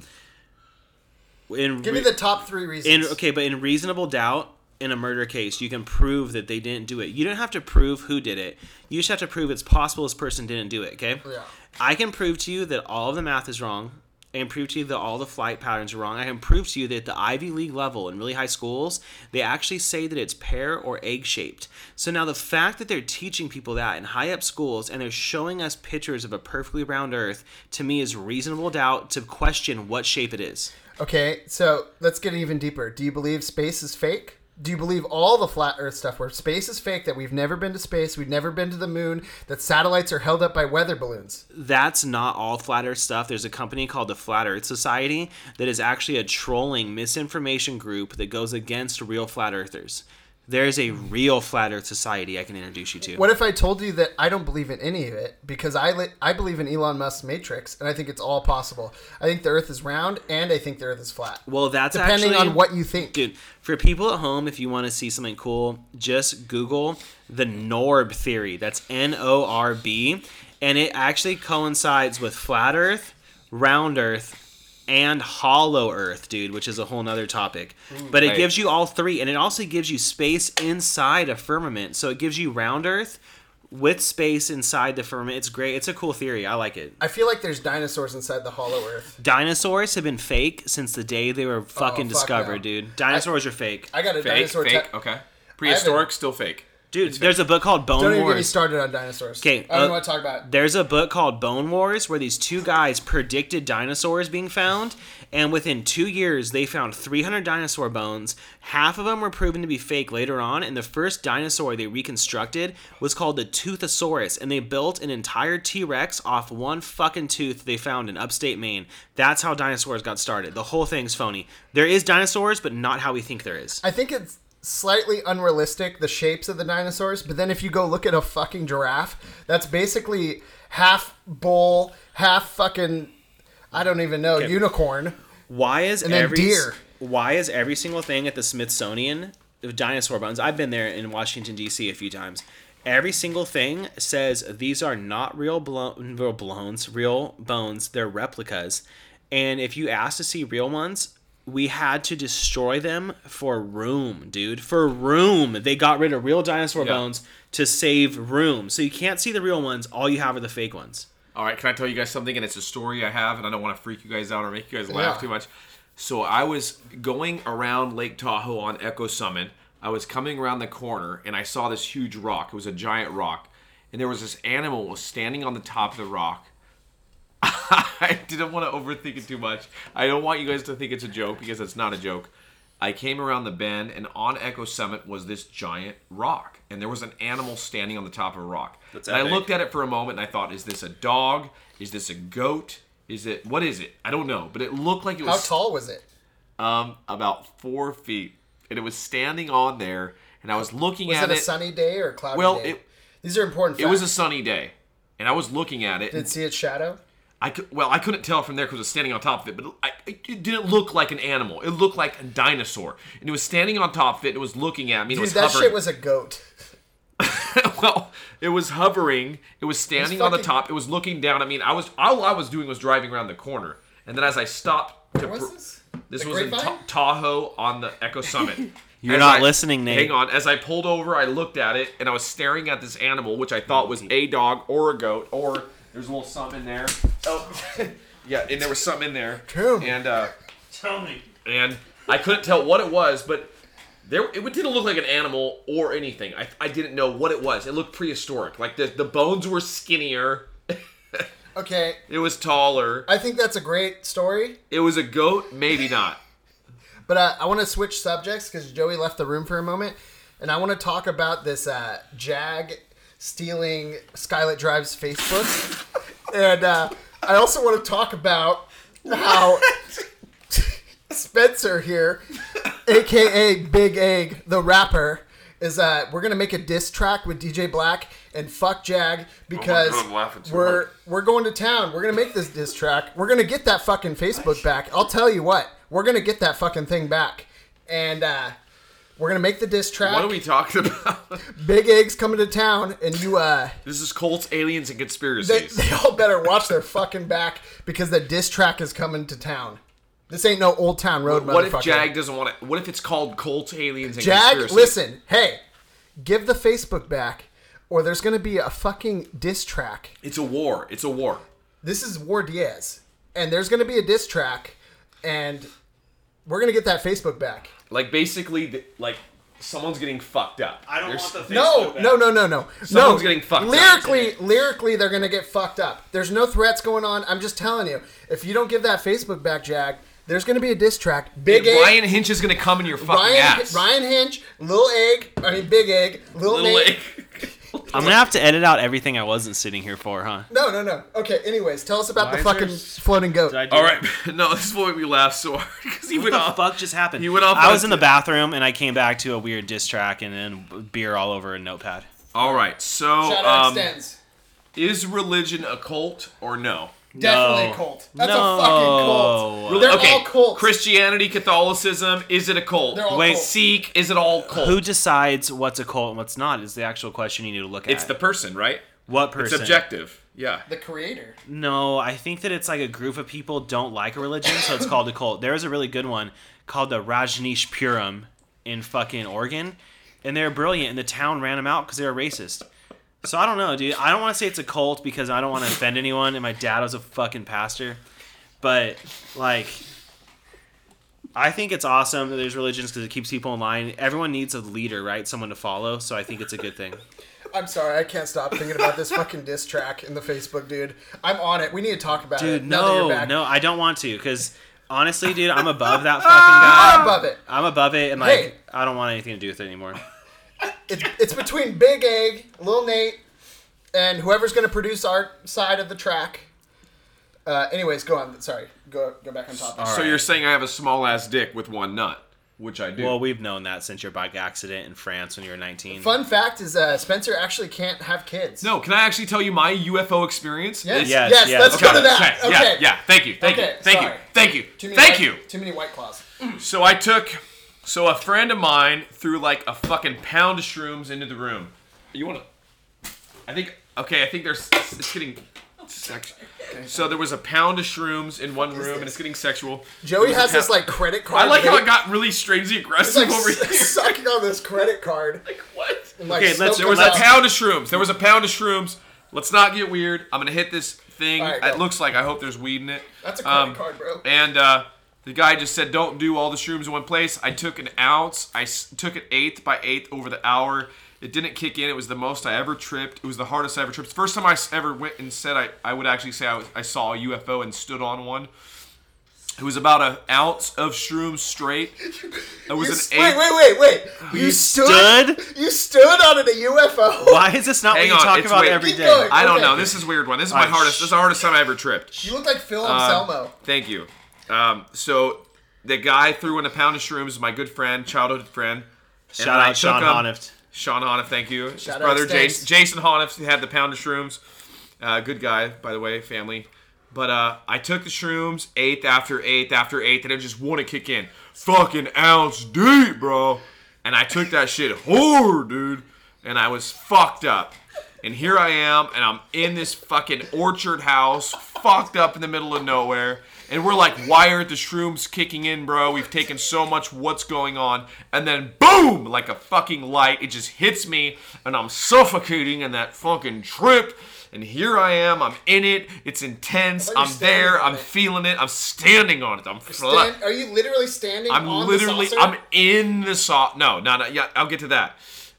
In Give me re- the top three reasons. in okay, but in reasonable doubt in a murder case, you can prove that they didn't do it. You don't have to prove who did it. You just have to prove it's possible this person didn't do it. Okay. Yeah. I can prove to you that all of the math is wrong. I can prove to you that all the flight patterns are wrong. I can prove to you that at the Ivy League level in really high schools, they actually say that it's pear or egg shaped. So now the fact that they're teaching people that in high up schools and they're showing us pictures of a perfectly round Earth to me is reasonable doubt to question what shape it is. Okay, so let's get even deeper. Do you believe space is fake? Do you believe all the flat Earth stuff where space is fake, that we've never been to space, we've never been to the moon, that satellites are held up by weather balloons? that's not all flat earth stuff there's a company called the flat earth society that is actually a trolling misinformation group that goes against real flat earthers there's a real flat earth society i can introduce you to What if I told you that I don't believe in any of it because I li- I believe in Elon Musk's matrix and I think it's all possible. I think the Earth is round and I think the Earth is flat. well that's Depending actually, on what you think. dude for people at home if you want to see something cool just google the norb theory that's n-o-r-b and it actually coincides with flat earth round earth and hollow earth dude which is a whole nother topic Mm, but it Hey. gives you all three and it also gives you space inside a firmament so it gives you round earth with space inside the firmament it's great it's a cool theory i like it I feel like there's dinosaurs inside the hollow Earth. dinosaurs have been fake since the day they were fucking Oh, fuck discovered no. dude dinosaurs are fake I got a fake, dinosaur. fake. te- okay. Prehistoric, still fake. Dude, there's a book called Bone Don't even get me Wars. started on dinosaurs. 'Kay, I don't uh, want to talk about. it. There's a book called Bone Wars where these two guys predicted dinosaurs being found, and within two years they found 300 dinosaur bones. Half of them were proven to be fake later on, and the first dinosaur they reconstructed was called the Toothosaurus, and they built an entire T Rex off one fucking tooth they found in upstate Maine. That's how dinosaurs got started. The whole thing's phony. There is dinosaurs, but not how we think there is. I think it's slightly unrealistic the shapes of the dinosaurs, but then if you go look at a fucking giraffe, that's basically half bull, half fucking I don't even know unicorn. Why is then every deer. why is every single thing at the Smithsonian of dinosaur bones? I've been there in Washington D.C. a few times. Every single thing says these are not real blown, real blowns, real bones. They're replicas. And if you ask to see real ones, we had to destroy them for room, dude. For room, they got rid of real dinosaur Yeah. bones to save room. So you can't see the real ones. All you have are the fake ones. All right, can I tell you guys something? And it's a story I have, and I don't want to freak you guys out or make you guys laugh Yeah. too much. So I was going around Lake Tahoe on Echo Summit. I was coming around the corner, and I saw this huge rock. It was a giant rock, and there was this animal was standing on the top of the rock. I didn't want to overthink it too much. I don't want you guys to think it's a joke because it's not a joke. I came around the bend, and on Echo Summit was this giant rock, and there was an animal standing on the top of a rock. That's and I epic. looked at it for a moment, and I thought, "Is this a dog? Is this a goat? Is it what is it? I don't know." But it looked like it How was tall was it? um about four feet, and it was standing on there, and I was looking Was at it a it. sunny day or a cloudy Well, day? it- These are important it facts. was a sunny day, and I was looking at it. and Did it see its shadow? I could, well, I couldn't tell from there because it was standing on top of it, but I, it didn't look like an animal. It looked like a dinosaur, and it was standing on top of it. and It was looking at me. And Dude, it was that hovering. shit was a goat. well, it was hovering. It was standing on the fucking- top. It was looking down at me. And I was all I was doing was driving around the corner, and then as I stopped, to What pr- was this? This The was in Ta- grapevine? Tahoe on the Echo Summit. You're As not I- listening, Nate. Hang on. As I pulled over, I looked at it and I was staring at this animal, which I thought was a dog or a goat or there's a little something in there. Oh, yeah, and there was something in there. Tell me. And uh, Tell me. and I couldn't tell what it was, but there it didn't look like an animal or anything. I, I didn't know what it was. It looked prehistoric. Like the the bones were skinnier. Okay, It was taller. I think that's a great story, It was a goat, maybe not. but uh, I want to switch subjects because Joey left the room for a moment, and I want to talk about this uh, Jag stealing Skylet Drive's Facebook, and uh, I also want to talk about how Spencer here, aka Big Egg, the rapper. Is uh, we're gonna make a diss track with DJ Black and fuck Jag because Oh I'm laughing too we're hard. we're going to town. We're gonna make this diss track. We're gonna get that fucking Facebook back. I'll tell you what, we're gonna get that fucking thing back. And uh, We're gonna make the diss track. What are we talking about? Big Eggs coming to town, and you uh, this is cults, aliens, and they, conspiracies. they all better watch their fucking back because the diss track is coming to town. This ain't no Old Town Road, what if motherfucker. Jag doesn't want to? What if it's called cults, aliens, and Jag, conspiracies? listen, hey, give the Facebook back, or there's gonna be a fucking diss track. It's a war. It's a war. This is War Diaz, and there's gonna be a diss track, and we're gonna get that Facebook back. Like basically, th- like someone's getting fucked up. I don't There's- want the No, Facebook no, back. no, no, no. Someone's no. getting fucked up Lyrically, today. lyrically, they're gonna get fucked up. There's no threats going on. I'm just telling you, if you don't give that Facebook back, Jag, there's gonna be a diss track. Big egg. Ryan Hinch is gonna come in your fucking Ryan, ass. Ryan Hinch, Lil Egg, I mean Big Egg, Lil, Little Nate. Lake. I'm gonna have to edit out everything I wasn't sitting here for, huh? No, no, no. Okay. Anyways, tell us about the Why is fucking there s- floating goat. Did I do All that? right, no, this is why we laughed so hard because he What went the off. fuck just happened? You went off I on- was in the bathroom and I came back to a weird diss track and then beer all over a notepad. All right, so Shout out um, extends. is religion a cult or no? Definitely no. a cult. That's No. a fucking cult. They're okay, all cults. Christianity, Catholicism, is it a cult? They're all Wait, cults. Sikh, is it all cult? Who decides what's a cult and what's not is the actual question you need to look at. it's the person, right? what person? It's objective. Yeah. the creator. No, I think that it's like a group of people don't like a religion, so it's called a cult. There is a really good one called the Rajneesh Puram in fucking Oregon, and they're brilliant. And the town ran them out because they were racist. So I don't know, dude. I don't want to say it's a cult because I don't want to offend anyone, and my dad was a fucking pastor. But like, I think it's awesome that there's religions because it keeps people in line. Everyone needs a leader, right? Someone to follow. So I think it's a good thing. I'm sorry, I can't stop thinking about this fucking diss track in the Facebook, dude. I'm on it. We need to talk about it. Dude, now that you're no, back. no, I don't want to because honestly, dude, I'm above that fucking guy. I'm above it. I'm above it, and like Hey. I don't want anything to do with it anymore. It's, it's between Big Egg, Lil Nate, and whoever's going to produce our side of the track. Uh, anyways, go on. Sorry, go go back on topic. so you're saying I have a small ass dick with one nut, which I do. Well, we've known that since your bike accident in France when you were 19. Fun fact is uh, Spencer actually can't have kids. no, can I actually tell you my UFO experience? Yes. It's- Yes, Yes. yes. Let's Okay, go to that. Okay, Okay. Yeah, yeah. Thank you. Thank Okay, you. Thank sorry. you. Thank you. Too many Thank white, you. Too many white claws. So I took, so a friend of mine threw like a fucking pound of shrooms into the room. You want to? I think okay. I think there's it's getting. Sex. So there was a pound of shrooms in one room, and it's getting sexual. There Joey was has a this pound- like credit card. I like how thing. it got really strangely It's aggressive like over here. sucking on this credit card. like what? and, like, Okay, let's- There was a smoking it out. pound of shrooms. There was a pound of shrooms. Let's not get weird. I'm gonna hit this thing. All right, go. it looks like I hope there's weed in it. Um, That's a credit card, bro. And uh, the guy just said, "Don't do all the shrooms in one place." I took an ounce. I s- took an eighth by eighth over the hour. It didn't kick in. It was the most I ever tripped. It was the hardest I ever tripped. First time I s- ever went and said I, I would actually say I, was, I saw a UFO and stood on one. It was about an ounce of shrooms straight. It was You an s- eighth. wait, wait, wait, wait. You, stood? You stood on it, a UFO. Why is this not Hang what on, you talk it's about wait- every Keep day? going. I don't Okay. know. This is a weird one. This is my Alright, hardest. sh- This is the hardest time I ever tripped. You look like Phil Um, Anselmo. Thank you. Um, so the guy threw in a pound of shrooms. My good friend, childhood friend. and Shout I out Sean took 'em. Honift. Sean Honiff, thank you. His Shout out brother Stace. Jason, Jason Honiff had the pound of shrooms. Uh, good guy, by the way, family. But uh, I took the shrooms eighth after eighth after eighth, and it just wouldn't kick in. Fucking ounce deep, bro. And I took that shit hard, dude. And I was fucked up. And here I am, and I'm in this fucking orchard house, fucked up in the middle of nowhere. And we're like, why aren't the shrooms kicking in, bro? We've taken so much, what's going on? And then boom, like a fucking light, it just hits me, and I'm suffocating in that fucking trip. And here I am, I'm in it, it's intense, I thought you were I'm there, standing on I'm it. feeling it, I'm standing on it, I'm flat. Stand- are you literally standing? I'm on literally, The saucer? I'm in the saw. No, no, no. Yeah, I'll get to that.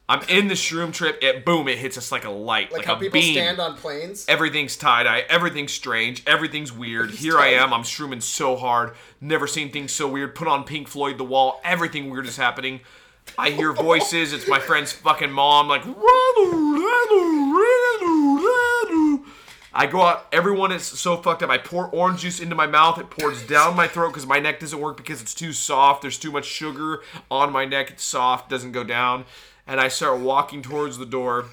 I'm in the shroom trip. It boom. It hits us like a light, like, like, how a people beam. stand on planes. everything's tie dye. Everything's strange. Everything's weird. Here I am. I'm shrooming so hard. Never seen things so weird. Put on Pink Floyd, The Wall. Everything weird is happening. I hear voices. It's my friend's fucking mom. Like. I go out. Everyone is so fucked up. I pour orange juice into my mouth. It pours down my throat because my neck doesn't work because it's too soft. There's too much sugar on my neck. It's soft. Doesn't go down. And I start walking towards the door.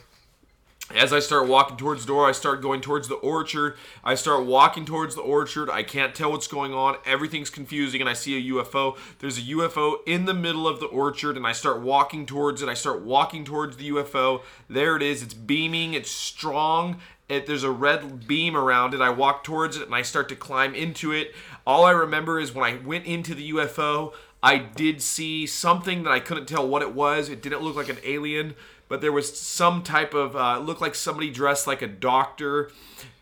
As I start walking towards the door, I start going towards the orchard. I start walking towards the orchard. I can't tell what's going on. Everything's confusing, and I see a UFO. There's a UFO in the middle of the orchard, and I start walking towards it. I start walking towards the UFO. There it is. It's beaming. It's strong. It, there's a red beam around it. I walk towards it, and I start to climb into it. All I remember is when I went into the UFO, I did see something that I couldn't tell what it was. It didn't look like an alien but there was some type of uh, it looked like somebody dressed like a doctor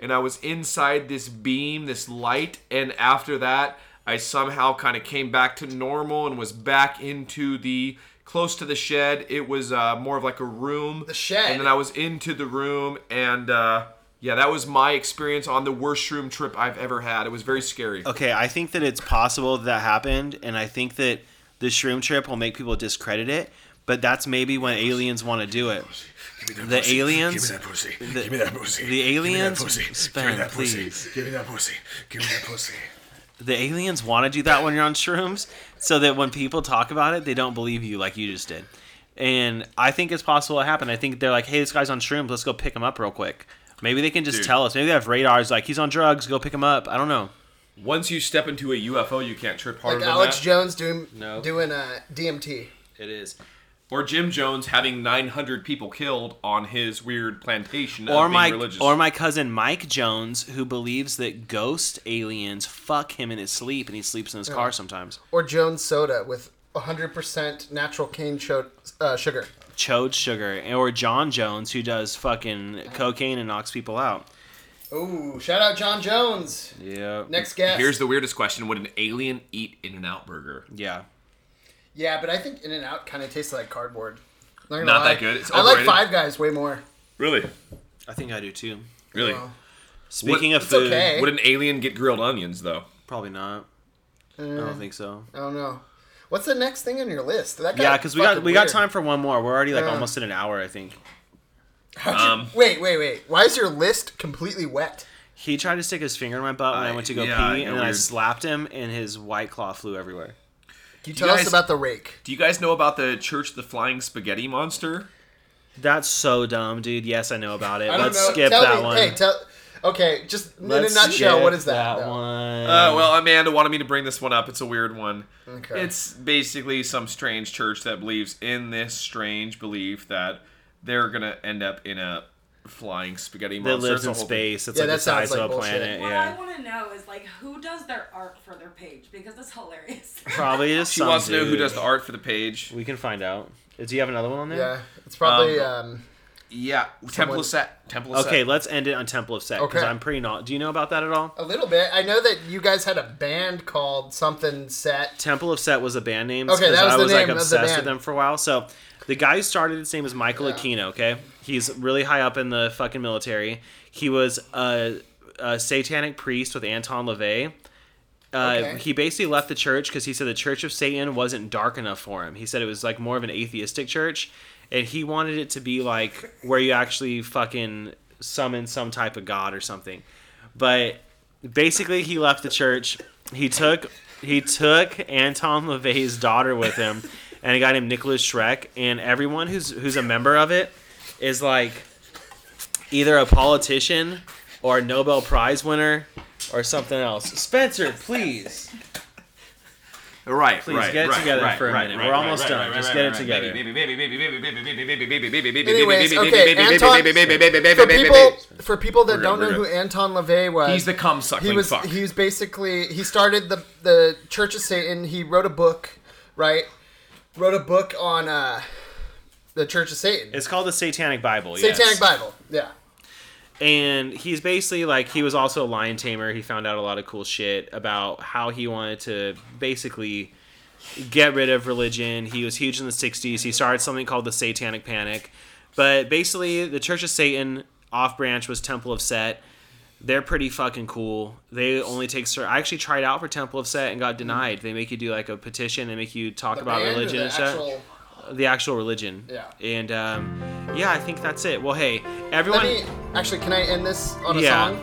and i was inside this beam this light and after that i somehow kind of came back to normal and was back into the close to the shed it was uh, more of like a room The shed? and then i was into the room and uh, yeah that was my experience on the worst room trip i've ever had it was very scary Okay, I think that it's possible that, that happened, and I think that the shroom trip will make people discredit it. But that's maybe when aliens want to do it. The aliens, Give me that pussy. the- Give me that pussy. the aliens- Give Sven, me that pussy. please. Give me that pussy. Give me that pussy. the aliens want to do that when you're on shrooms, so that when people talk about it, they don't believe you like you just did. And I think it's possible it happened. I think they're like, "Hey, this guy's on shrooms. Let's go pick him up real quick." Maybe they can just Dude. tell us. Maybe they have radars. Like he's on drugs. Go pick him up. I don't know. once you step into a ufo you can't trip harder Like than Alex that. Jones doing No. doing uh, DMT. It is. or Jim Jones having 900 people killed on his weird plantation of or being my religious. or my cousin Mike Jones, who believes that ghost aliens fuck him in his sleep, and he sleeps in his car sometimes. Or Jones soda with 100% natural cane cho- uh, sugar. Chode Sugar, or John Jones, who does fucking cocaine and knocks people out. Ooh, shout out John Jones. Yeah. Next guest. Here's the weirdest question: Would an alien eat in an out burger? Yeah. yeah, but I think In and Out kind of tastes like cardboard. gonna Not that good. It's I like overrated. Five Guys way more. Really, I think I do too. really. Well, Speaking of It's food, okay. Would an alien get grilled onions though? probably not. I Uh, don't think so. I don't know. What's the next thing on your list? That got Yeah, because we got fucking we got weird. time for one more. We're already like Yeah. almost in an hour, I think. Wait, wait, wait. Why is your list completely wet? He tried to stick his finger in my butt when I, I- went to go yeah, pee, yeah, and then I weird. slapped him, and his white claw flew everywhere. You tell guys- us about the rake. Do you guys know about the Church of the Flying Spaghetti Monster? That's so dumb, dude. Yes, I know about it. I don't Let's know. skip tell that me, one. Hey, tell. Okay, just Let's in a nutshell, skip what is that? That though? one. Uh, well, Amanda wanted me to bring this one up. It's a weird one. Okay. It's basically some strange church that believes in this strange belief that they're gonna end up in a flying spaghetti that monster. lives in It's a whole thing. space. It's Yeah, like that the size sounds like of a bullshit. planet. What I Yeah, want to know is like who does their art for their page because it's hilarious. probably is. She wants to know who does the art for the page. We can find out. Uh, Do you have another one on there? Yeah, it's probably. Um, Yeah, Temple of Set. Temple of Set. Okay, let's end it on Temple of Set because Okay. I'm pretty not. Do you know about that at all? a little bit. I know that you guys had a band called something set. Temple of Set was a band name. Okay, that was I the was like name of the obsessed with band. them for a while. So the guy who started it, his name is Michael Aquino. Okay, he's really high up in the fucking military. He was a, a satanic priest with Anton LaVey. Uh, Okay. He basically left the church because he said the Church of Satan wasn't dark enough for him. He said it was like more of an atheistic church, and he wanted it to be like where you actually fucking summon some type of god or something. But basically, he left the church. He took he took Anton LaVey's daughter with him, and a guy named Nicholas Schreck. And everyone who's who's a member of it is like either a politician or a Nobel Prize winner or something else. Spencer, please. Right, Please right, get it right, together right, for a right, minute. right, We're right, almost right, done. right, Just right, get it right, together. right. Anyways, okay, Anton. For people, for people that We're don't good, know we're who Anton LaVey was, He's the cum sucking he was fuck. he was basically he started the the Church of Satan. He wrote a book, right? Wrote a book on uh, the Church of Satan, It's called the Satanic Bible. yes. Satanic Bible. Yeah, and he's basically like he was also a lion tamer he found out a lot of cool shit about how he wanted to basically get rid of religion he was huge in the 60s he started something called the satanic panic but basically the church of satan off branch was temple of set they're pretty fucking cool they only take certain i actually tried out for temple of set and got denied they make you do like a petition they make you talk about Band or religion the and stuff actual- the actual religion Yeah. and um, yeah i think that's it well hey everyone Let me actually. Can I end this on a Yeah. song?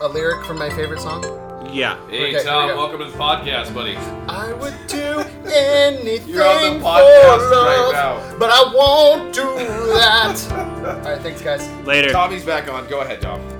A, a lyric from my favorite song. yeah Hey, Okay, Tom, here we go. welcome to the podcast, buddy. I would do anything You're on the for podcast love, right now. but I won't do that. All right, thanks, guys. Later. Tommy's back on. Go ahead, Tom.